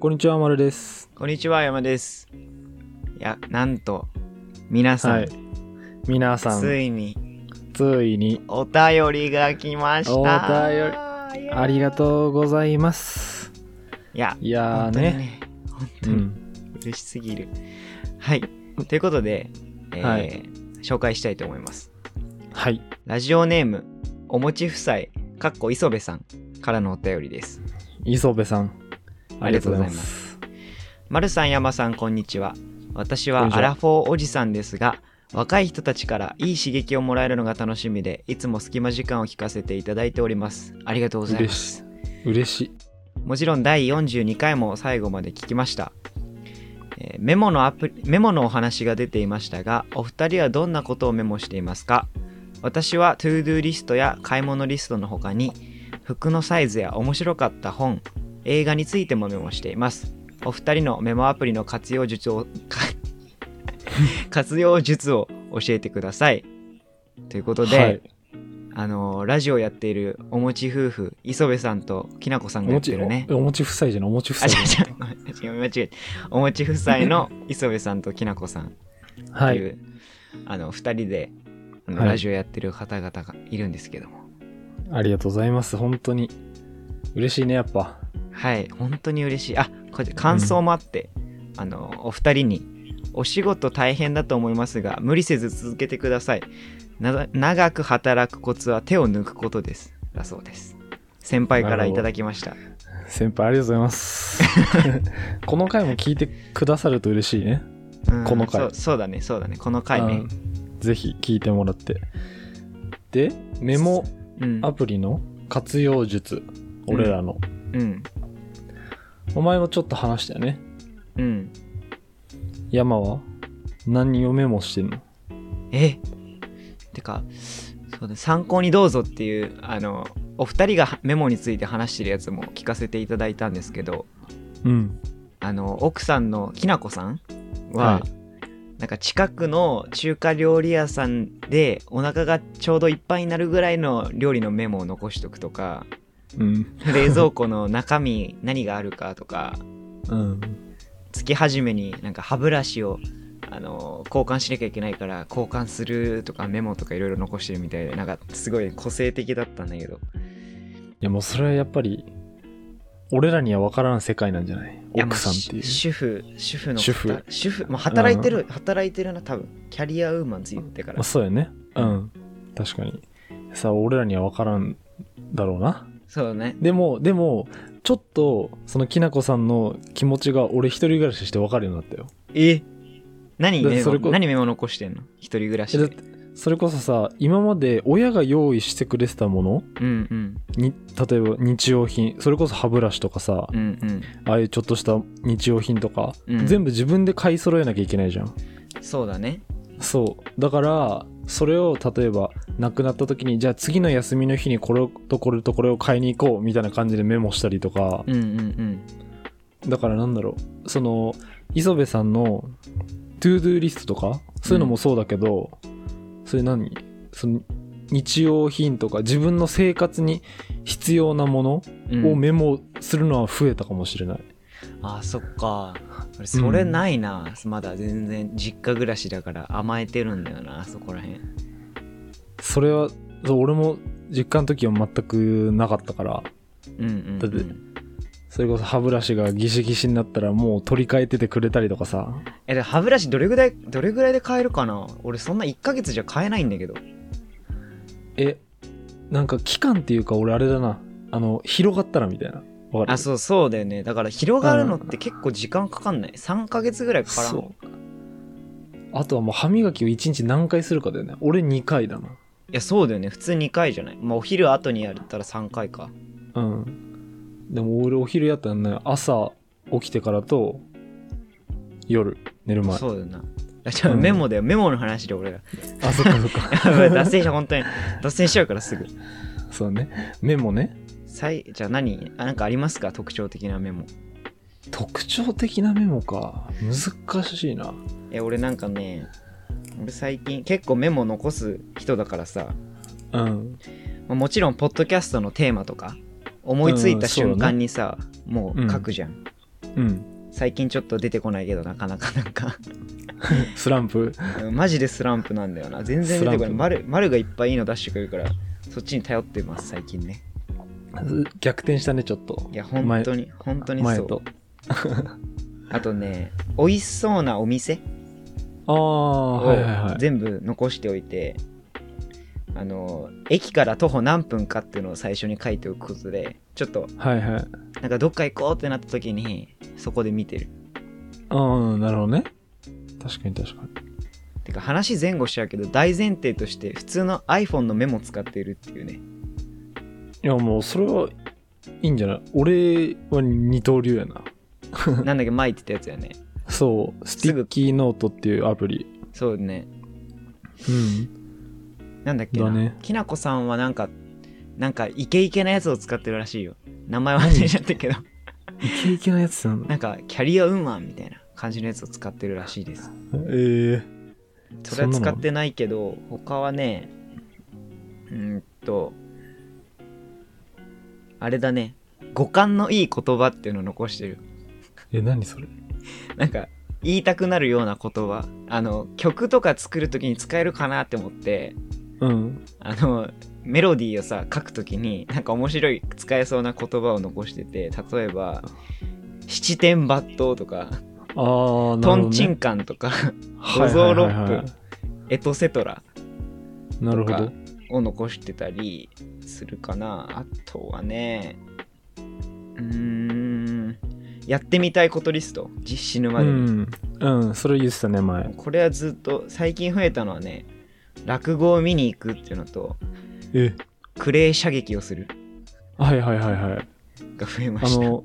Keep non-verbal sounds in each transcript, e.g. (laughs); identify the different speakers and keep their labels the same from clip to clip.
Speaker 1: こんにちは、まるです。
Speaker 2: こんにちは、山です。いや、なんと、皆さん、
Speaker 1: はい。皆さん、
Speaker 2: つ
Speaker 1: つい
Speaker 2: いに
Speaker 1: に、
Speaker 2: お便りが来ました。
Speaker 1: お
Speaker 2: 便
Speaker 1: ありがとうございます。
Speaker 2: いや、
Speaker 1: いやー
Speaker 2: 本当に
Speaker 1: ね。
Speaker 2: ね、本
Speaker 1: う
Speaker 2: 当に
Speaker 1: ん。
Speaker 2: 嬉しすぎる。はい。ということで、えー
Speaker 1: はい
Speaker 2: 紹介したいと思います。
Speaker 1: はい。
Speaker 2: ラジオネーム、おもち夫妻、かっこ磯部さんからのお便りです。
Speaker 1: 磯部さん、あ
Speaker 2: あ
Speaker 1: りがと
Speaker 2: りがと
Speaker 1: う
Speaker 2: う
Speaker 1: ござ
Speaker 2: ござ
Speaker 1: い
Speaker 2: い
Speaker 1: ま。
Speaker 2: ますまるさん、山さん、こんにちは。私
Speaker 1: こんに
Speaker 2: は
Speaker 1: ちは
Speaker 2: アラフォーおじさんですが、若い人たちからいい刺激をもらえるのが楽しみで、いつも隙間時間を聞かせていただいております。ありがとうございま
Speaker 1: 嬉
Speaker 2: す。
Speaker 1: しい。嬉しい。
Speaker 2: もちろん第42回も最後まで聞きました。えーメモのアプリメモのお話が出ていましたが、お二人はどんなことをメモしていますか私はトゥードゥーリストや買い物リストの他に、服のサイズや面白かった本、映画についてもメモしています。お二人のメモアプリの活用術を、 (laughs) か活用術を教えてください。ということで、
Speaker 1: はい。
Speaker 2: あのーラジオやっているおもち夫婦、磯部さんときなこさん
Speaker 1: お
Speaker 2: がや
Speaker 1: も
Speaker 2: って
Speaker 1: ち、
Speaker 2: るね。
Speaker 1: おおもち夫妻じゃない、おもち夫
Speaker 2: あ、違
Speaker 1: 妻。
Speaker 2: (laughs) う違う、ごめん間違えた。おもち夫妻の (laughs) 磯部さんときなこさんって
Speaker 1: はいい。
Speaker 2: う、あの、二人で、あの
Speaker 1: はい
Speaker 2: ラジオやってる方々がいるんですけども。
Speaker 1: ありがとうございます。本当に。嬉しいね、やっぱ。
Speaker 2: はい、本当に嬉しい。あ、これ感想もあって、あの、お二人に、お仕事大変だと思いますが、無理せず続けてください。な長く働くコツは手を抜くことです。だそうです。先輩からいただきました。
Speaker 1: 先輩、ありがとうござい
Speaker 2: (laughs)
Speaker 1: ます。この回も聞いてくださると嬉しいね。
Speaker 2: うん
Speaker 1: この回
Speaker 2: そう。そうだね、そうだね。この回ね。
Speaker 1: うんぜひ聞いてもらって。で、メモ
Speaker 2: うん。
Speaker 1: アプリの活用術。俺らの。
Speaker 2: うん。
Speaker 1: お前もちょっと話したよね。
Speaker 2: うん。
Speaker 1: 山は何をメモしてんの
Speaker 2: えてかそうだ参考にどうぞっていうあのお二人がメモについて話してるやつも聞かせていただいたんですけど
Speaker 1: うん。
Speaker 2: あの奥さんのきなこさんは、
Speaker 1: は
Speaker 2: なんか近くの中華料理屋さんでお腹がちょうどいっぱいになるぐらいの料理のメモを残しとくとか
Speaker 1: うん。
Speaker 2: 冷蔵庫の中身何があるかとか
Speaker 1: うん。
Speaker 2: 月始めになんか歯ブラシをあの交換しなきゃいけないから交換するとかメモとかいろいろ残してるみたいでなんかすごい個性的だったんだけど
Speaker 1: いやもうそれはやっぱり、俺らには分からん世界なんじゃない
Speaker 2: いやま
Speaker 1: 奥
Speaker 2: あ
Speaker 1: さんっていう。
Speaker 2: し主婦主婦の
Speaker 1: 主婦
Speaker 2: 方主婦、まあ、働いてる働いてるな多分キャリアウーマンズ言ってか
Speaker 1: ま
Speaker 2: ら
Speaker 1: あ、そうやね。うん。確かに。さあ、俺らには分からんだろうな。
Speaker 2: そうだね
Speaker 1: でも、でも、ちょっと、そのきなこさんの気持ちが俺一人暮らしして分かるようになったよ。
Speaker 2: え何
Speaker 1: だって
Speaker 2: メ
Speaker 1: それ
Speaker 2: モ
Speaker 1: こ
Speaker 2: 何メモ残してんの一人暮らし
Speaker 1: えだっ
Speaker 2: で
Speaker 1: てそれこそさ、今まで親が用意してくれてたもの
Speaker 2: うんうん
Speaker 1: に、例えば日用品、それこそ歯ブラシとかさ、
Speaker 2: うんうん
Speaker 1: ああいうちょっとした日用品とか、
Speaker 2: うん
Speaker 1: 全部自分で買い揃えなきゃいけないじゃん
Speaker 2: そうだね
Speaker 1: そうだからそれを例えば亡くなった時にじゃあ次の休みの日にこれとこれとこれを買いに行こうみたいな感じでメモしたりとか
Speaker 2: うんうんうん
Speaker 1: だからなんだろうその磯部さんのトゥードゥーリストとかそういうのもそうだけど、それ何その日用品とか自分の生活に必要なも
Speaker 2: うん
Speaker 1: のをメモするのは増えたかもしれない、
Speaker 2: あそっか俺それないな、まだ全然実家暮らしだから甘えてるんだよなそこらへん
Speaker 1: それはそう俺も実家の時は全くなかったから
Speaker 2: うんうん、
Speaker 1: だって
Speaker 2: うん
Speaker 1: それこそ歯ブラシがギシギシになったらもう取り替えててくれたりとかさ
Speaker 2: えで歯ブラシどれぐらいどれぐらいで買えるかな俺そんな1ヶ月じゃ買えないんだけど
Speaker 1: えなんか期間っていうか俺あれだなあの広がったらみたいなわかる
Speaker 2: あそうそうだよねだから広がるのって結構時間かかんない3ヶ月ぐらいかからん
Speaker 1: そうあとはもう歯磨きを1日何回するかだよね俺2回だない
Speaker 2: やそうだよね普通2回じゃないまあお昼後にやったら3回か
Speaker 1: うんでも俺お昼やったらね朝起きてからと夜寝る前
Speaker 2: そうだよなあじゃあ
Speaker 1: うん
Speaker 2: メモだよ、メモの話
Speaker 1: (laughs)
Speaker 2: で俺ら
Speaker 1: あそっかそっか
Speaker 2: (laughs) 脱線した本当に脱線しちゃうからすぐ
Speaker 1: そうねメモね
Speaker 2: さいじゃあ何あなんかありますか特徴的なメモ
Speaker 1: 特徴的なメモか難しいな
Speaker 2: え俺なんかね俺最近結構メモ残す人だからさ、
Speaker 1: うん
Speaker 2: まあもちろんポッドキャストのテーマとか思いつい
Speaker 1: う
Speaker 2: た
Speaker 1: んそうだね
Speaker 2: 瞬間にさ、もう書くじゃん、
Speaker 1: うん。
Speaker 2: 最近ちょっと出てこないけどなかなかなんか (laughs)
Speaker 1: スランプ。
Speaker 2: うんマジでスランプなんだよな全然
Speaker 1: ス
Speaker 2: 出てこ
Speaker 1: ラ
Speaker 2: な
Speaker 1: ン
Speaker 2: い
Speaker 1: プ
Speaker 2: 丸丸がいっぱいいいの出してくれるからそっちに頼ってます最近ね
Speaker 1: 逆転したね、ちょっと。
Speaker 2: いや本当に本当に
Speaker 1: 前
Speaker 2: そ
Speaker 1: 前
Speaker 2: う
Speaker 1: と。
Speaker 2: あとね美味しそうなお店
Speaker 1: ああ、
Speaker 2: を
Speaker 1: はいはいはい。
Speaker 2: 全部残しておいて、あの駅から徒歩何分かっていうのを最初に書いておくことでちょっと
Speaker 1: はいはい。
Speaker 2: なんかどっか行こうってなった時にそこで見てる
Speaker 1: うん、なるほどね。確かに確かに。
Speaker 2: てか話前後しちゃうけど大前提として普通の iPhone のメモ使ってるっていう
Speaker 1: (laughs)
Speaker 2: ね
Speaker 1: いや、もうそれはいいんじゃない俺は二刀流やな。
Speaker 2: なんだっけ前言ってたやつやね
Speaker 1: そう、スティッキーノートっていうアプリ。
Speaker 2: そうね
Speaker 1: うん。
Speaker 2: なんだっけな、
Speaker 1: だね
Speaker 2: きなこさんはなんかなんかイケイケなやつを使ってるらしいよ名前忘れちゃったけど
Speaker 1: イケイケなやつなんだ。
Speaker 2: なんかキャリアウーマンみたいな感じのやつを使ってるらしいです
Speaker 1: えー、
Speaker 2: それは
Speaker 1: そん
Speaker 2: 使
Speaker 1: なの
Speaker 2: ってないけど他はねうーんとあれだね語感のいい言葉っていうのを残してる
Speaker 1: え、何それ
Speaker 2: なんか言いたくなるような言葉あの曲とか作る時に使えるかなって思って
Speaker 1: うん。
Speaker 2: あのメロディーをさ書く時になんか面白い使えそうな言葉を残してて例えば「七点抜刀」とか
Speaker 1: あー、
Speaker 2: 「
Speaker 1: な
Speaker 2: と
Speaker 1: るほど、ね。
Speaker 2: んちんかん」とか
Speaker 1: はいはい
Speaker 2: 五臓六
Speaker 1: はいはい
Speaker 2: 「エトセトラ」
Speaker 1: なるほ
Speaker 2: と
Speaker 1: ど
Speaker 2: か。を残してたりするかなあとはねうーんやってみたいことリスト実死ぬま
Speaker 1: う
Speaker 2: でに、
Speaker 1: ん、うん、それ言ってたね、前。
Speaker 2: これはずっと最近増えたのはね落語を見に行くっていうのと
Speaker 1: え、
Speaker 2: クレー射撃をする
Speaker 1: はいはいはいはい。
Speaker 2: が増えま
Speaker 1: あ
Speaker 2: したあ
Speaker 1: の、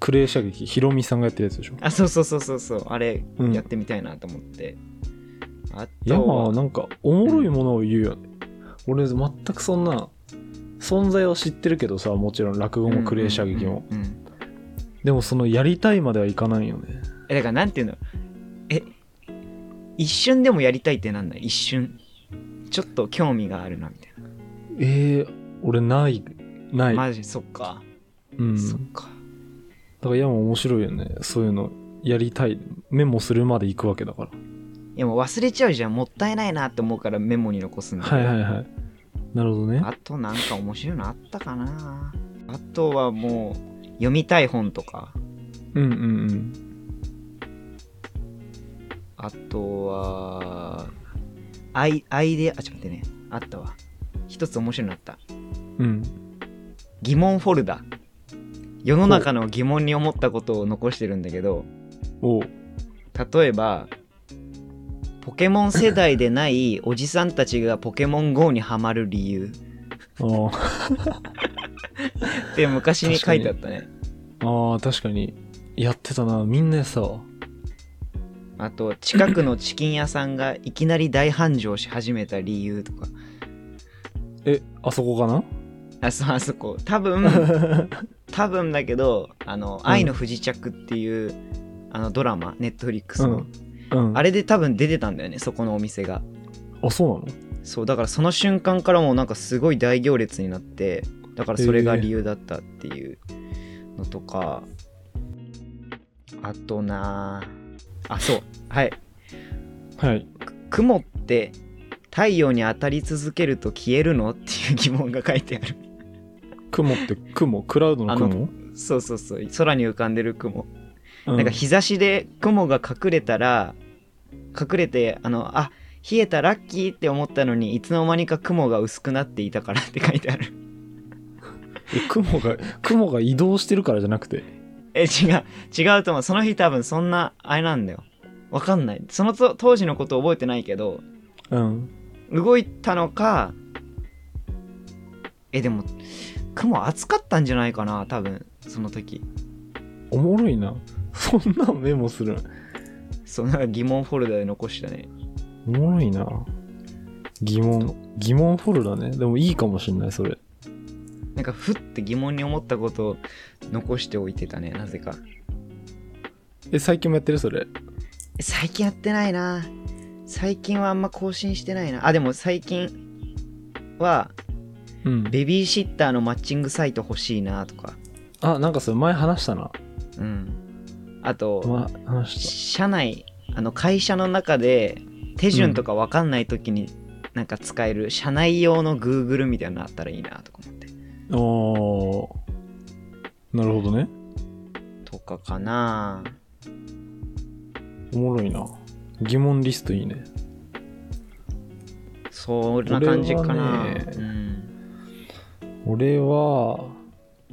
Speaker 1: クレー射撃、ヒロミさんがやってるやつでしょ。
Speaker 2: そうそうそうそうそうあれ
Speaker 1: うん
Speaker 2: やってみたいなと思って、あ
Speaker 1: いや、
Speaker 2: と
Speaker 1: まあ、
Speaker 2: は
Speaker 1: なんか、おもろいものを言うよね。俺、全くそんな、存在は知ってるけどさ、もちろん落語もクレー射撃も。
Speaker 2: うんうんうん
Speaker 1: でも、その、やりたいまではいかないよね。
Speaker 2: えだからなんていうのえ一瞬でもやりたいってなんだ一瞬ちょっと興味があるなみたいな
Speaker 1: えー、俺、ない、ない。
Speaker 2: マジそっか、
Speaker 1: うん。
Speaker 2: そっ
Speaker 1: だ
Speaker 2: か
Speaker 1: から、いや、もう面白いよね。そういうの、やりたい。メモするまで行くわけだから。
Speaker 2: いやもう忘れちゃうじゃんもったいないなって思うからメモに残すんだけど
Speaker 1: はいはいはい。なるほどね。
Speaker 2: あとなんか面白いのあったかなあとはもう読みたい本とか
Speaker 1: うんうんうん。
Speaker 2: あとはアイアイデアあちょっと待ってねあったわ一つ面白いのあった
Speaker 1: うん。
Speaker 2: 疑問フォルダ世の中の疑問に思ったことを残してるんだけど
Speaker 1: おう
Speaker 2: 例えばポケモン世代でないおじさんたちがポケモン GO にハマる理由
Speaker 1: ああ。
Speaker 2: って昔に書いてあったね
Speaker 1: ああ確かにやってたなみんなやってたわ
Speaker 2: あと近くのチキン屋さんがいきなり大繁盛し始めた理由とか
Speaker 1: えあそこかな
Speaker 2: あそうあそこ
Speaker 1: (laughs)
Speaker 2: 多分多分だけど「あの愛の不時着」っていう、あのドラマネットフリックスの、
Speaker 1: うん
Speaker 2: あ
Speaker 1: れ
Speaker 2: れで多分出てたんだよねそこのお店が
Speaker 1: あそう
Speaker 2: そうだからその瞬間からもうなんかすごい大行列になってだからそれが理由だったっていうのとか、あとなああそうはい
Speaker 1: なのはい
Speaker 2: 雲って太陽に当たり続けると消えるのっていう疑問が書いてあ
Speaker 1: (laughs)
Speaker 2: る
Speaker 1: 雲って雲クラウドの雲
Speaker 2: そうそうそう空に浮かんでる雲、
Speaker 1: うん
Speaker 2: なんか日差しで雲が隠れたら隠れてあのあ冷えたラッキーって思ったのにいつの間にか雲が薄くなっていたからって書いてある (laughs)
Speaker 1: え雲が雲が移動してるからじゃなくて
Speaker 2: え違う違うと思うその日多分そんなあれなんだよわかんないそのと当時のこと覚えてないけど
Speaker 1: うん
Speaker 2: 動いたのかえでも雲暑かったんじゃないかな多分その時
Speaker 1: おもろいなそんなんメモする
Speaker 2: そうなんか疑問フォルダで残したね
Speaker 1: おもろいな疑問疑問フォルダねでもいいかもしんないそれ
Speaker 2: なんかふって疑問に思ったことを残しておいてたねなぜか
Speaker 1: え最近もやってるそれ
Speaker 2: え最近やってないな最近はあんま更新してないなあでも最近は
Speaker 1: うん
Speaker 2: ベビーシッターのマッチングサイト欲しいなとか
Speaker 1: あなんかそれ前話したな
Speaker 2: うんあと、
Speaker 1: まあ、話し
Speaker 2: 社内あの会社の中で手順とか分かんない時になんか使える社内用の Google みたいなのあったらいいなとか思って
Speaker 1: た。おーなるほどね。
Speaker 2: とかかな
Speaker 1: おもろいな。疑問リストいいね。
Speaker 2: そんな感じか
Speaker 1: これ
Speaker 2: な、
Speaker 1: はね
Speaker 2: うん、
Speaker 1: 俺は、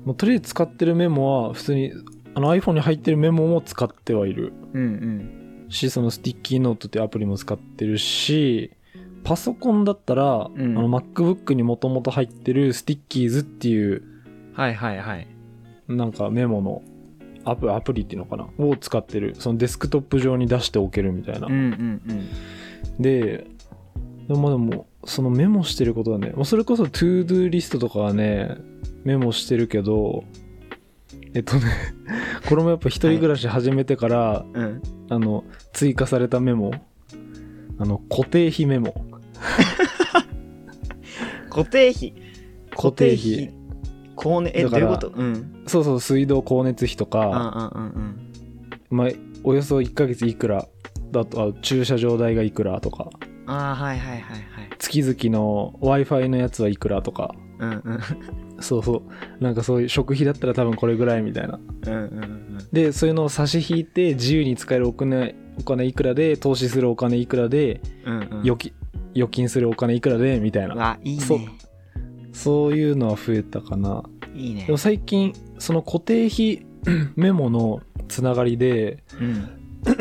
Speaker 1: まあ、とりあえず使ってるメモは普通にあの iPhone に入ってるメモも使ってはいる
Speaker 2: うんうん
Speaker 1: しそのスティッキーノートっていうアプリも使ってるしパソコンだったら、
Speaker 2: ん
Speaker 1: あの MacBook にもともと入ってるスティッキーズっていう
Speaker 2: はいはいはい
Speaker 1: なんかメモのアプアプリっていうのかなを使ってるそのデスクトップ上に出しておけるみたいな、
Speaker 2: うんうん
Speaker 1: ででもでもそのメモしてることはねもうそれこそトゥードゥーリストとかはねメモしてるけどえっとね (laughs) これもやっぱ一人暮らし始めてから、
Speaker 2: うんうん
Speaker 1: あの追加されたメモあの固定費メモ
Speaker 2: 固定費
Speaker 1: 固定費
Speaker 2: 高熱え
Speaker 1: だ
Speaker 2: どう
Speaker 1: か
Speaker 2: い
Speaker 1: ら
Speaker 2: うことうん
Speaker 1: そうそう水道光熱費と
Speaker 2: うんうん
Speaker 1: か、
Speaker 2: うん
Speaker 1: まあ、およそ1ヶ月いくらだとあ駐車場代がいくらとか
Speaker 2: うんああはいはいはいはい
Speaker 1: 月々の w i f i のやつはいくらとか
Speaker 2: うんうん
Speaker 1: そうそうなんかそういう食費だったら多分これぐらいみたいな
Speaker 2: うんうんうん
Speaker 1: でそういうのを差し引いて自由に使えるお金お金いくらで投資するお金いくらで
Speaker 2: うんうん
Speaker 1: 預金,、預金するお金いくらでみたいうな
Speaker 2: わいい
Speaker 1: そう
Speaker 2: ね
Speaker 1: そういうのは増えたかない
Speaker 2: いね
Speaker 1: でも最近その固定費 (clears throat) メモのつながりで
Speaker 2: うん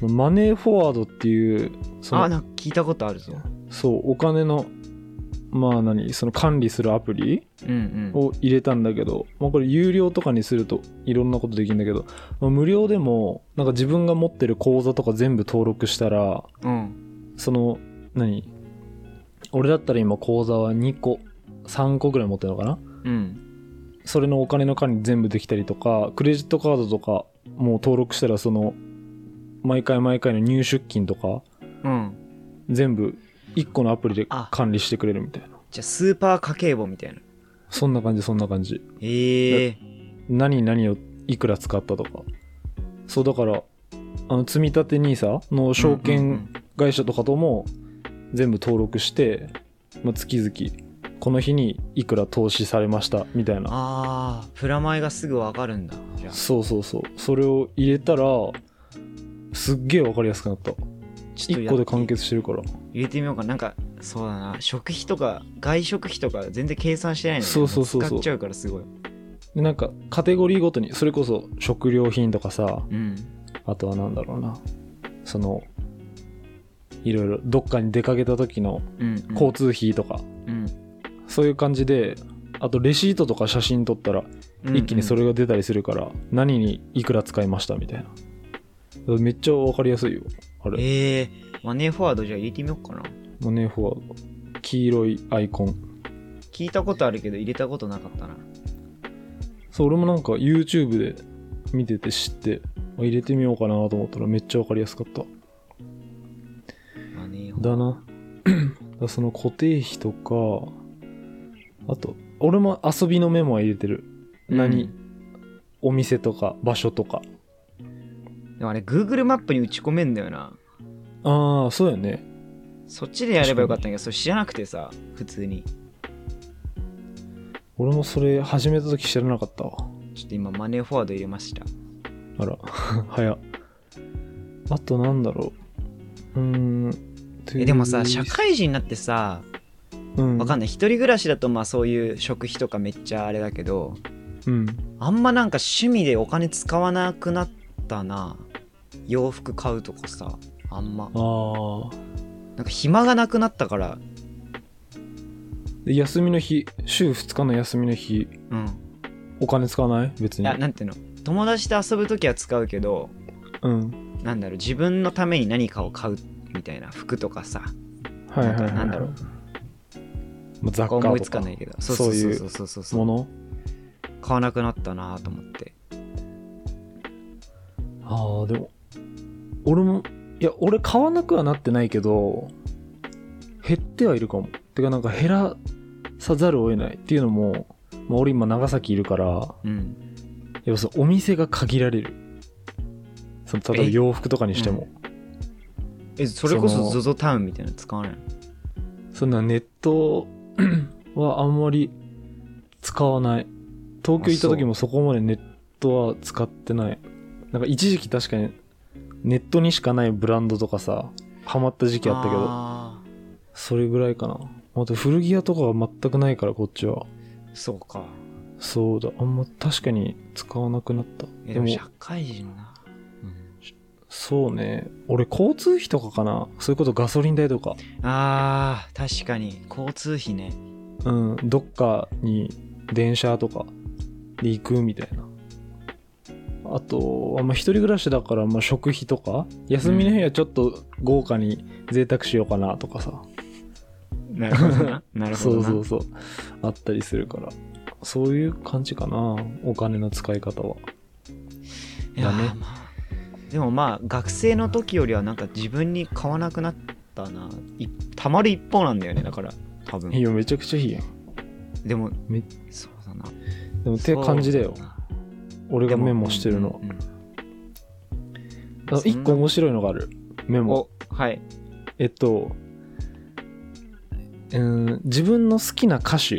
Speaker 1: そのマネーフォワードっていうそ
Speaker 2: あ
Speaker 1: の
Speaker 2: なんか聞いたことあるぞ
Speaker 1: そうお金のまあ何その管理するアプリ
Speaker 2: うんうん
Speaker 1: を入れたんだけど、まあ、これ有料とかにするといろんなことできるんだけど、まあ無料でもなんか自分が持ってる口座とか全部登録したら
Speaker 2: うん
Speaker 1: その何俺だったら今口座は2個3個ぐらい持ってるのかな
Speaker 2: うん
Speaker 1: それのお金の管理全部できたりとかクレジットカードとかもう登録したらその毎回毎回の入出金とか
Speaker 2: うん
Speaker 1: 全部1個のアプリで
Speaker 2: あ
Speaker 1: 管理してくれるみたいな
Speaker 2: じゃあスーパー家計簿みたいな。
Speaker 1: そんな感じそんな感じ
Speaker 2: ええ
Speaker 1: 何に何をいくら使ったとかそうだからあの積立 NISA の証
Speaker 2: うんうん
Speaker 1: 券会社とかとも全部登録して、まあ、月々この日にいくら投資されましたみたいな
Speaker 2: ああ、プラマイがすぐわかるんだ。じゃあ
Speaker 1: そうそうそうそれを入れたらすっげえ分かりやすくなった
Speaker 2: ちょっと
Speaker 1: 1
Speaker 2: や
Speaker 1: 個で完結してるから
Speaker 2: 入れてみようかな。なんか、そうだな。食費とか、外食費とか、全然計算してないのに
Speaker 1: そうそうそうそう
Speaker 2: 使っちゃうからすごい。
Speaker 1: でなんかカテゴリーごとにそれこそ食料品とかさ
Speaker 2: うん。
Speaker 1: あとはなんだろうなそのいろいろどっかに出かけた時の
Speaker 2: うん、うん。
Speaker 1: 交通費とか、
Speaker 2: うん、
Speaker 1: そういう感じであとレシートとか写真撮ったら
Speaker 2: うん。
Speaker 1: 一気にそれが出たりするから、何にいくら使いましたみたいなめっちゃ分かりやすいよあれ
Speaker 2: ええマネーフォワードじゃあ入れてみようかな。
Speaker 1: マネーフォワード黄色いアイコン
Speaker 2: 聞いたことあるけど、入れたことなかったな。
Speaker 1: そう俺もなんか YouTube で見てて知ってあ入れてみようかなと思ったらめっちゃ分かりやすかった
Speaker 2: マネーフォワード。
Speaker 1: だなだその固定費とかあと俺も遊びのメモは入れてる何、
Speaker 2: うん
Speaker 1: お店とか場所とか
Speaker 2: でもあれ、Google マップに打ち込めんだよな。
Speaker 1: ああそうやね
Speaker 2: そっちでやればよかったんだけど、それ知らなくてさ、普通に。
Speaker 1: 俺もそれ始めた時知らなかったわ
Speaker 2: ちょっと今、マネーフォワード入れました。
Speaker 1: あら (laughs) 早っあとなんだろううーん
Speaker 2: えでもさ社会人になってさ
Speaker 1: うん
Speaker 2: わかんない一人暮らしだとまあそういう食費とかめっちゃあれだけど
Speaker 1: うん
Speaker 2: あんまなんか趣味でお金使わなくなったな洋服買うとかさあんま
Speaker 1: ああ
Speaker 2: なんか暇がなくなったから
Speaker 1: で休みの日週2日の休みの日
Speaker 2: うん
Speaker 1: お金使わない別
Speaker 2: い
Speaker 1: に
Speaker 2: やなんていうの友達と遊ぶ時は使うけど
Speaker 1: うん
Speaker 2: なんだろう自分のために何かを買うみたいな服とかさ
Speaker 1: はいはいはい、はい、
Speaker 2: なんだろう
Speaker 1: まあ雑貨とか
Speaker 2: 思いつかないけどそうそ
Speaker 1: そ
Speaker 2: う
Speaker 1: うい
Speaker 2: そ
Speaker 1: うう
Speaker 2: そうそうそうそ
Speaker 1: も
Speaker 2: う
Speaker 1: の
Speaker 2: 買わなくなったなと思って
Speaker 1: ああでも俺もいや俺買わなくはなってないけど減ってはいるかもてかなんか減らさざるを得ないっていうのも、まあ、俺今長崎いるから
Speaker 2: うん
Speaker 1: やっぱそのお店が限られるその例えば
Speaker 2: え
Speaker 1: 洋服とかにしても、
Speaker 2: えそれこ
Speaker 1: そ
Speaker 2: そ
Speaker 1: の
Speaker 2: ZOZO タウンみたいなの使わないの
Speaker 1: そんなネット (clears throat) はあんまり使わない東京行った時もそこまでネットは使ってないなんか一時期確かにネットにしかないブランドとかさハマった時期あったけど
Speaker 2: あ
Speaker 1: それぐらいかなあと古着屋とかが全くないからこっちは
Speaker 2: ーそうか
Speaker 1: そうだあんま確かに使わなくなった
Speaker 2: え
Speaker 1: で
Speaker 2: でも
Speaker 1: も
Speaker 2: 社会人な、
Speaker 1: そうね俺交通費とかかなそれこそガソリン代とか
Speaker 2: あー確かに交通費ね
Speaker 1: うんどっかに電車とかで行くみたいなあとあんま一人暮らしだから、まあ、食費とか休みの日はちょっと豪華に贅沢しようかなとかさ、
Speaker 2: なるほど (laughs) ななるほ
Speaker 1: そう
Speaker 2: どな
Speaker 1: そうそうあったりするからそういう感じかなお金の使い方はい
Speaker 2: やー
Speaker 1: だね
Speaker 2: まあでもまあ学生の時よりはなんか自分に買わなくなったないたまる一方なんだよねだから多
Speaker 1: いい
Speaker 2: 分
Speaker 1: よめちゃくちゃいいやん
Speaker 2: でも
Speaker 1: め
Speaker 2: そうだな
Speaker 1: でもって感じだよ
Speaker 2: そうな
Speaker 1: 俺
Speaker 2: で
Speaker 1: が
Speaker 2: も
Speaker 1: メモしてるの
Speaker 2: うんうん
Speaker 1: あ
Speaker 2: そんな
Speaker 1: 一個面白いのがあるメモ
Speaker 2: おはい
Speaker 1: えっと、うん、自分の好きな歌手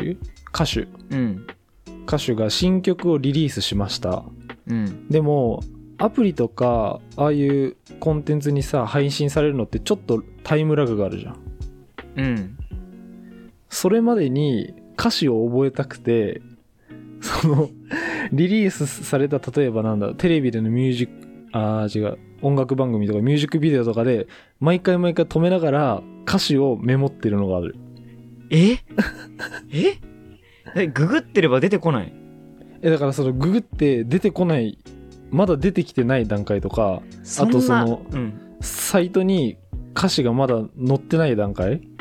Speaker 1: 歌手
Speaker 2: うん
Speaker 1: 歌手が新曲をリリースしました
Speaker 2: うん
Speaker 1: でもアプリとかああいうコンテンツにさ配信されるのってちょっとタイムラグがあるじゃん
Speaker 2: うん
Speaker 1: それまでに歌詞を覚えたくてそのリリースされた例えばなんだテレビでのミュージックあー違う音楽番組とかミュージックビデオとかで毎回毎回止めながら歌詞をメモってるのがある
Speaker 2: え (laughs) え (laughs) えググってれば出てこない
Speaker 1: えだからそのググって出てこないまだ出てきてない段階とか
Speaker 2: そんな
Speaker 1: あとその
Speaker 2: うん、
Speaker 1: サイトに歌詞がまだ載ってない段階
Speaker 2: (laughs)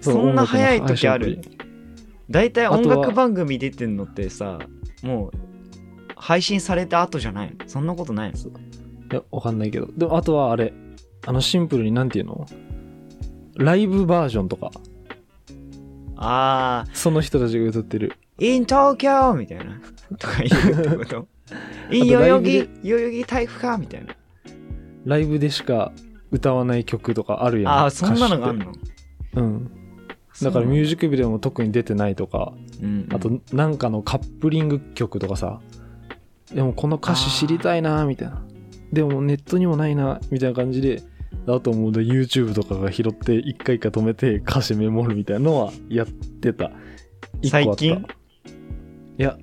Speaker 2: そんな早い
Speaker 1: その音楽の配
Speaker 2: 時
Speaker 1: 信
Speaker 2: あ
Speaker 1: アプリ
Speaker 2: る大体音
Speaker 1: あと
Speaker 2: 楽
Speaker 1: は
Speaker 2: 番組出てんのってさもう配信された後じゃないのそんなことないの
Speaker 1: いやわかんないけどでもあとはあれあのシンプルになんていうのライブバージョンとか
Speaker 2: ああ
Speaker 1: その人たちが歌ってる
Speaker 2: in Tokyo みたいなとか言うって
Speaker 1: (laughs)
Speaker 2: こと in
Speaker 1: あと
Speaker 2: 代
Speaker 1: ライ
Speaker 2: 々
Speaker 1: ブで
Speaker 2: 木代々木体育かみたいな
Speaker 1: ライブでしか歌わない曲とかあるやん
Speaker 2: ああーそんなのがあ
Speaker 1: 歌詞
Speaker 2: ん
Speaker 1: って
Speaker 2: の
Speaker 1: うんだからミュージックビデオも特に出てないとか
Speaker 2: そうなのうんうん
Speaker 1: あとなんかのカップリング曲とかさでもこの歌詞知りたいなみたいなでもネットにもないなみたいな感じであともうで YouTube とかが拾って一回一回止めて歌詞メモるみたいなのはやってた一個あった
Speaker 2: 最近
Speaker 1: いや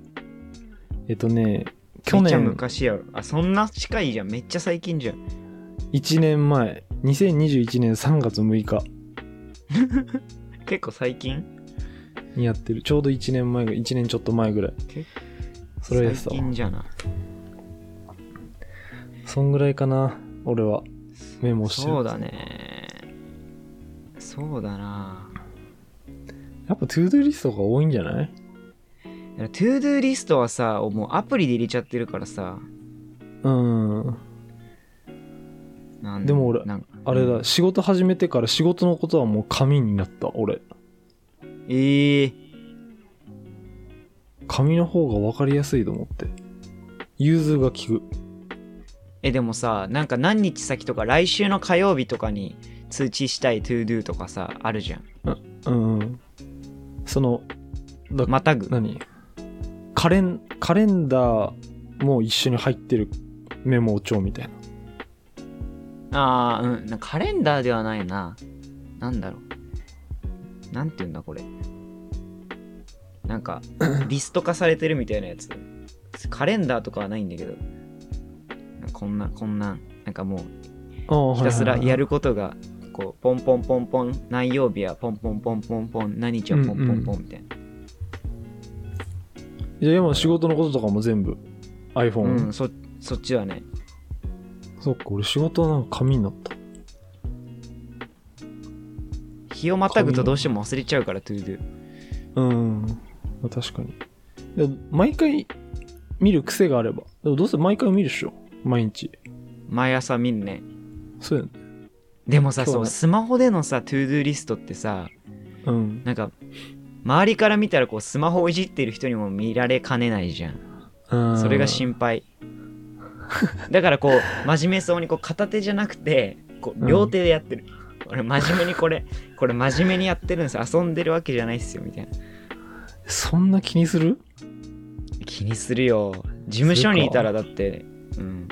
Speaker 1: えっとね去
Speaker 2: めっちゃ
Speaker 1: 年
Speaker 2: 昔やろあそんな近いじゃんめっちゃ最近じゃん
Speaker 1: 1年前2021年3月6日
Speaker 2: 結構最近
Speaker 1: にやってるちょうど1年前ぐらい1年ちょっと前ぐらい
Speaker 2: 結
Speaker 1: それはやってた
Speaker 2: 最
Speaker 1: わ
Speaker 2: 近じゃな
Speaker 1: そんぐらいかな俺はメモしてる
Speaker 2: そうだねそうだな
Speaker 1: やっぱトゥードゥーリストが多いんじゃない
Speaker 2: トゥードゥーリストはさもうアプリで入れちゃってるからさ
Speaker 1: うん
Speaker 2: なん
Speaker 1: でも俺
Speaker 2: なんか
Speaker 1: あれだ、
Speaker 2: うん
Speaker 1: 仕事始めてから仕事のことはもう紙になった俺
Speaker 2: えー、
Speaker 1: 紙の方が分かりやすいと思って融通が利く
Speaker 2: えでもさなんか何日先とか来週の火曜日とかに通知したいトゥードゥとかさあるじゃん
Speaker 1: うんうんそのだ
Speaker 2: またぐ
Speaker 1: 何カレンカレンダーも一緒に入ってるメモ帳みたいな
Speaker 2: あーうんなんかカレンダーではないななんだろうなんていうんだこれな
Speaker 1: (clears throat)
Speaker 2: んかリスト化されてるみたいなやつカレンダーとかはないんだけどなんかこんなこんなんなんかもう
Speaker 1: ああ
Speaker 2: ひたすらや
Speaker 1: る
Speaker 2: ることがこうポンポンポンポン何曜日はポンポンポンポンポン何日はポンポンポンみたいな、
Speaker 1: いやでも仕事のこととかも全部 iPhone、
Speaker 2: うんそそっちはね
Speaker 1: そっか俺仕事はなんか紙になった
Speaker 2: 日をまたぐとどうしても忘れちゃうからトゥードゥ
Speaker 1: うん、まあ確かにで毎回見る癖があればでもどうせ毎回見るっしょ毎日
Speaker 2: 毎朝見るね
Speaker 1: そうやね
Speaker 2: でもさ
Speaker 1: 今日
Speaker 2: そ
Speaker 1: は
Speaker 2: うスマホでのさトゥードゥリストってさ
Speaker 1: うん
Speaker 2: なんか周りから見たらこう (laughs) スマホをいじってる人にも見られかねないじゃんそれが心配だからこう真面目そうにこう片手じゃなくてこ
Speaker 1: う
Speaker 2: うん両手でやってる、俺真面目にこれこれ真面目にやってるんです遊んでるわけじゃないっすよみたいな
Speaker 1: そんな気にする
Speaker 2: 気にするよ事務所にいたらだってうん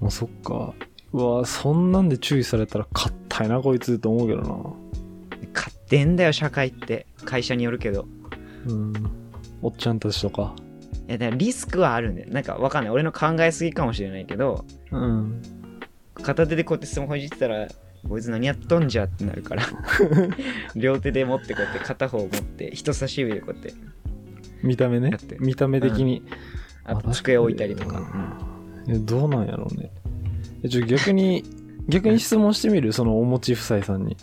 Speaker 1: もうそっかうわそんなんで注意されたらかったいなこいつと思うけど
Speaker 2: 勝手んだよ社会って会社によるけど
Speaker 1: なうんおっちゃんたちとか
Speaker 2: いやだからリスクはあるんだよなんかわかんない俺の考えすぎかもしれないけど
Speaker 1: うん
Speaker 2: 片手でこうやってスマホいじってたらこいつ何やっとんじゃってな
Speaker 1: (laughs)
Speaker 2: るから両手で持ってこうやって片方持って人差し指でこうやって
Speaker 1: 見た目ね
Speaker 2: だって
Speaker 1: 見た目的に、
Speaker 2: あ
Speaker 1: ま
Speaker 2: と
Speaker 1: あ
Speaker 2: 机置いたりとか、
Speaker 1: 確にえどうなんやろうねえちょ逆に逆に質問してみるそのおもち夫妻さんに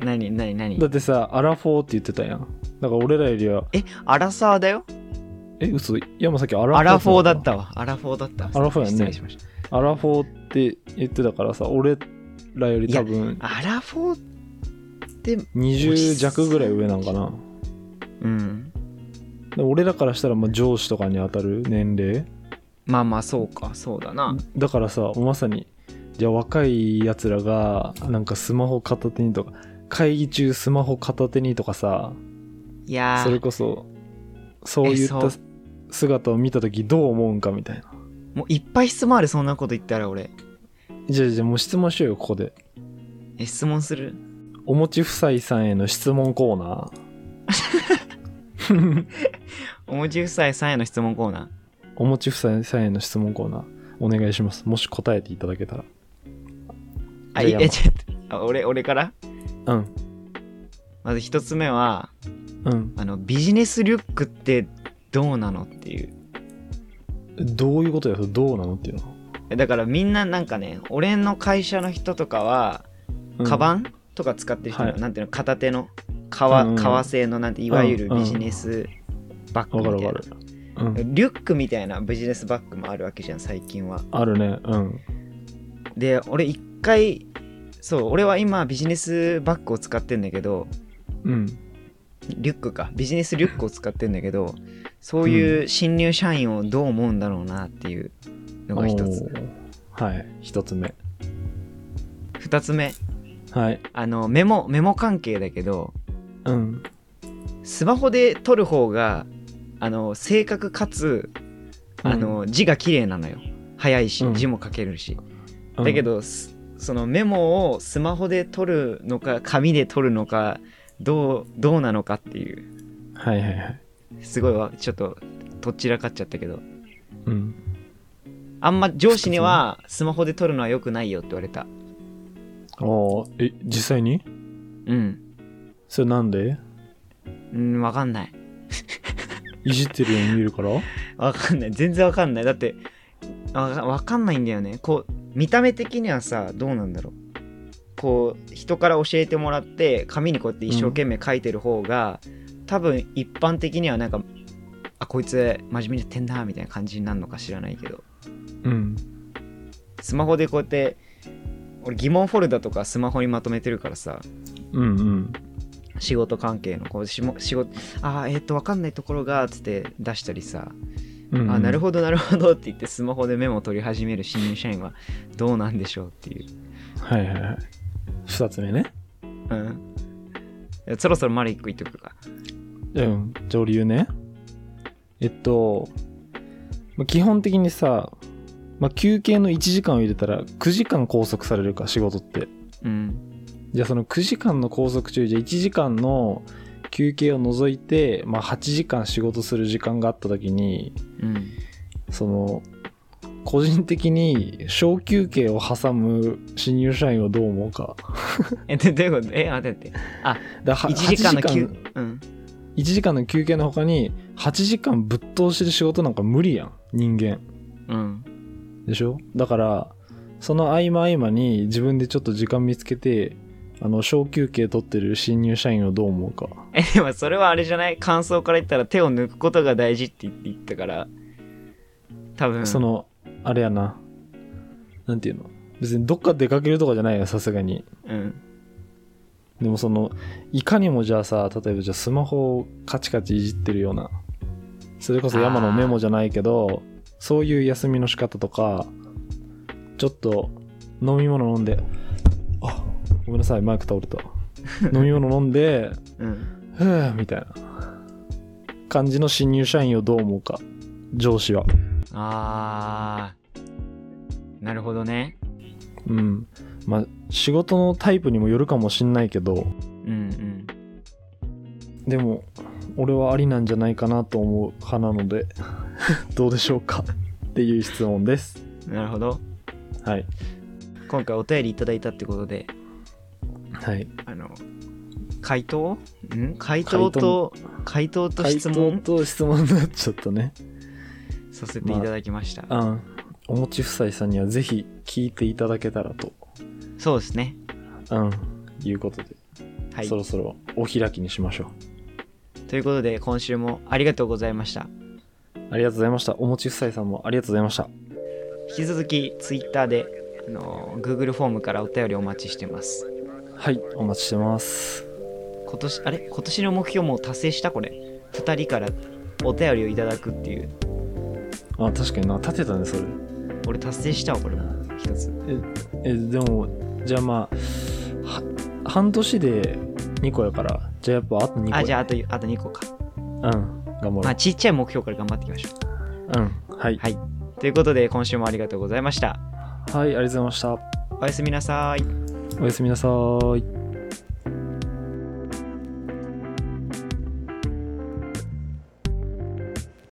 Speaker 2: うん何何何
Speaker 1: だってさアラフォーって言ってたやんだから俺らよりは
Speaker 2: えアラサーだよ
Speaker 1: え嘘山崎アラ
Speaker 2: アラフォーだ
Speaker 1: た
Speaker 2: ったわアラフォーだった
Speaker 1: アラフォーやね
Speaker 2: 失礼しました
Speaker 1: アラフォーって言ってたからさ俺らより多分
Speaker 2: アラフォーって
Speaker 1: 20弱ぐらい上なんかな
Speaker 2: うん
Speaker 1: で俺らからしたらまあ上司とかに当たる年齢
Speaker 2: まあまあそうかそうだな
Speaker 1: だからさまさにじゃあ若いやつらがなんかスマホ片手にとか会議中スマホ片手にとかさ
Speaker 2: いやー
Speaker 1: それこそそういっ
Speaker 2: え
Speaker 1: た
Speaker 2: そ
Speaker 1: 姿を見た時どう思うんかみたいな
Speaker 2: もういっぱい質問あるそんなこと言ったら俺
Speaker 1: じゃあじゃあもう質問しようよここで
Speaker 2: え質問する
Speaker 1: おもち夫妻さんへの質問コーナー
Speaker 2: (laughs) おもち夫妻さんへの質問コーナー
Speaker 1: おもち夫妻さんへの質問コーナーお願いしますもし答えていただけたら
Speaker 2: あ
Speaker 1: じ
Speaker 2: い
Speaker 1: ゃあ
Speaker 2: えちょっとあ俺俺から
Speaker 1: うん
Speaker 2: まず一つ目は
Speaker 1: うん
Speaker 2: あのビジネスリュックってどうなのっていう
Speaker 1: どういうことやそれどうなのっていうの
Speaker 2: だからみんななんかね俺の会社の人とかは
Speaker 1: うん
Speaker 2: カバンとか使ってる人、
Speaker 1: はい
Speaker 2: なんていうの片手の革,、
Speaker 1: うんうん
Speaker 2: 革製のなんていわゆるビジネスバッグ
Speaker 1: わ
Speaker 2: み
Speaker 1: か
Speaker 2: たい
Speaker 1: る
Speaker 2: な、
Speaker 1: わかるうん
Speaker 2: リュックみたいなビジネスバッグもあるわけじゃん最近は
Speaker 1: あるねうん
Speaker 2: で俺一回そう俺は今ビジネスバッグを使ってんだけど
Speaker 1: うん
Speaker 2: リュックかビジネスリュックを使ってんだけどそういう新入社員をどう思うんだろうなっていうのが一つ
Speaker 1: おーはい一つ目
Speaker 2: 二つ目
Speaker 1: はい
Speaker 2: あのメモメモ関係だけど
Speaker 1: うん
Speaker 2: スマホで撮る方があの正確かつあの、字が綺麗なのよ早いし、
Speaker 1: うん
Speaker 2: 字も書けるし、
Speaker 1: うん
Speaker 2: だけどすそのメモをスマホで撮るのか紙で撮るのかどうどうなのかっていう
Speaker 1: はいはいはい
Speaker 2: すごいわちょっととっちらかっちゃったけど
Speaker 1: うん
Speaker 2: あんま上司にはスマホで撮るのは良くないよって言われた
Speaker 1: あーえ実際に
Speaker 2: うん
Speaker 1: それなんで
Speaker 2: うんわかんない
Speaker 1: いじってるように見える
Speaker 2: (laughs)
Speaker 1: から
Speaker 2: わかんない全然わかんないだってわかわかんないんだよねこう見た目的にはさどうなんだろうこう人から教えてもらって紙にこうやって一生懸命書いてる方が、多分一般的にはなんかあこいつ真面目にやってんなみたいな感じになるのか知らないけど
Speaker 1: うん
Speaker 2: スマホでこうやって俺疑問フォルダとかスマホにまとめてるからさ
Speaker 1: うんうん
Speaker 2: 仕事関係のこうしも仕事あーえっ、とわかんないところがつって出したりさ
Speaker 1: うん
Speaker 2: あなる
Speaker 1: ほ
Speaker 2: ほどなるほどって言ってスマホでメモを取り始める新入社員はどうなんでしょうっていう、
Speaker 1: どはいはいはい二つ目ね
Speaker 2: うん、そろそろ丸一個言ってくるか
Speaker 1: うん、上流ね。えっと、まあ基本的にさ、まあ、休憩の1時間を入れたら9時間拘束されるか、仕事って。
Speaker 2: うん
Speaker 1: じゃあその9時間の拘束中、じゃあ1時間の休憩を除いて、まあ、8時間仕事する時間があった時に、
Speaker 2: うん
Speaker 1: その、個人的に小休憩を挟む新入社員をどう思うか。
Speaker 2: えでどういうことえ待って待って
Speaker 1: だは
Speaker 2: 1時間の
Speaker 1: 8
Speaker 2: 休うん
Speaker 1: 1時間の休憩の他に8時間ぶっ通しで仕事なんか無理やん、人間。
Speaker 2: うん
Speaker 1: でしょだからその合間合間に自分でちょっと時間見つけてあの小休憩取ってる新入社員をどう思うか
Speaker 2: えでもそれはあれじゃない感想から言ったら手を抜くことが大事って言って言ったから多分
Speaker 1: そのあれやななんていうの別にどっか出かけるとかじゃないよさすがに
Speaker 2: うん
Speaker 1: でもそのいかにもじゃあさ例えばじゃあスマホをカチカチいじってるようなそれこそ山のメモじゃないけどそういう休みの仕方とかちょっと飲み物飲んであごめんなさいマイク倒れた飲み物飲んで
Speaker 2: うん。
Speaker 1: ふぅみたいな感じの新入社員をどう思うか上司は
Speaker 2: あー。なるほどね。
Speaker 1: うんまあ仕事のタイプにもよるかもしんないけど
Speaker 2: うん
Speaker 1: でも俺はありなんじゃないかなと思う派なので (laughs) どうでしょうかっていう質問です
Speaker 2: うん。なるほど。
Speaker 1: はい
Speaker 2: 今回お便りいただいたってことで、
Speaker 1: はい
Speaker 2: あの、回答ん回答と、回答と質
Speaker 1: 回
Speaker 2: 問
Speaker 1: 答と質問になっちゃったね
Speaker 2: させていただきました。
Speaker 1: うんおもち夫妻さんにはぜひ聞いていただけたらと
Speaker 2: そうですね。
Speaker 1: うんいうことで、
Speaker 2: はい
Speaker 1: そ。ろそろお開きにしましょ
Speaker 2: ということで、今週もありがとうございました。
Speaker 1: うありがとうございましたおもち夫妻さんもありがとうございました
Speaker 2: 引き続き Twitter で、あの Google フォームからお便りお待ちしてます
Speaker 1: はいお待ちしてます
Speaker 2: 今年あれ今年の目標もう達成したこれ2人からお便りをいただくっていう
Speaker 1: あ確かにな立てたねそれ
Speaker 2: 俺達成したわこれも一つ
Speaker 1: えでもじゃあまあは半年で2個やからじゃあやっぱあと2個
Speaker 2: あじゃ
Speaker 1: ゃ
Speaker 2: ああとあと2個か、
Speaker 1: うん頑張ろ
Speaker 2: まあ、ちっちゃい目標から頑張っていきましょ
Speaker 1: ううんはいう
Speaker 2: はいということで今週もありがとうございました
Speaker 1: はいありがとうございました
Speaker 2: おやすみなさい
Speaker 1: おやすみなさーい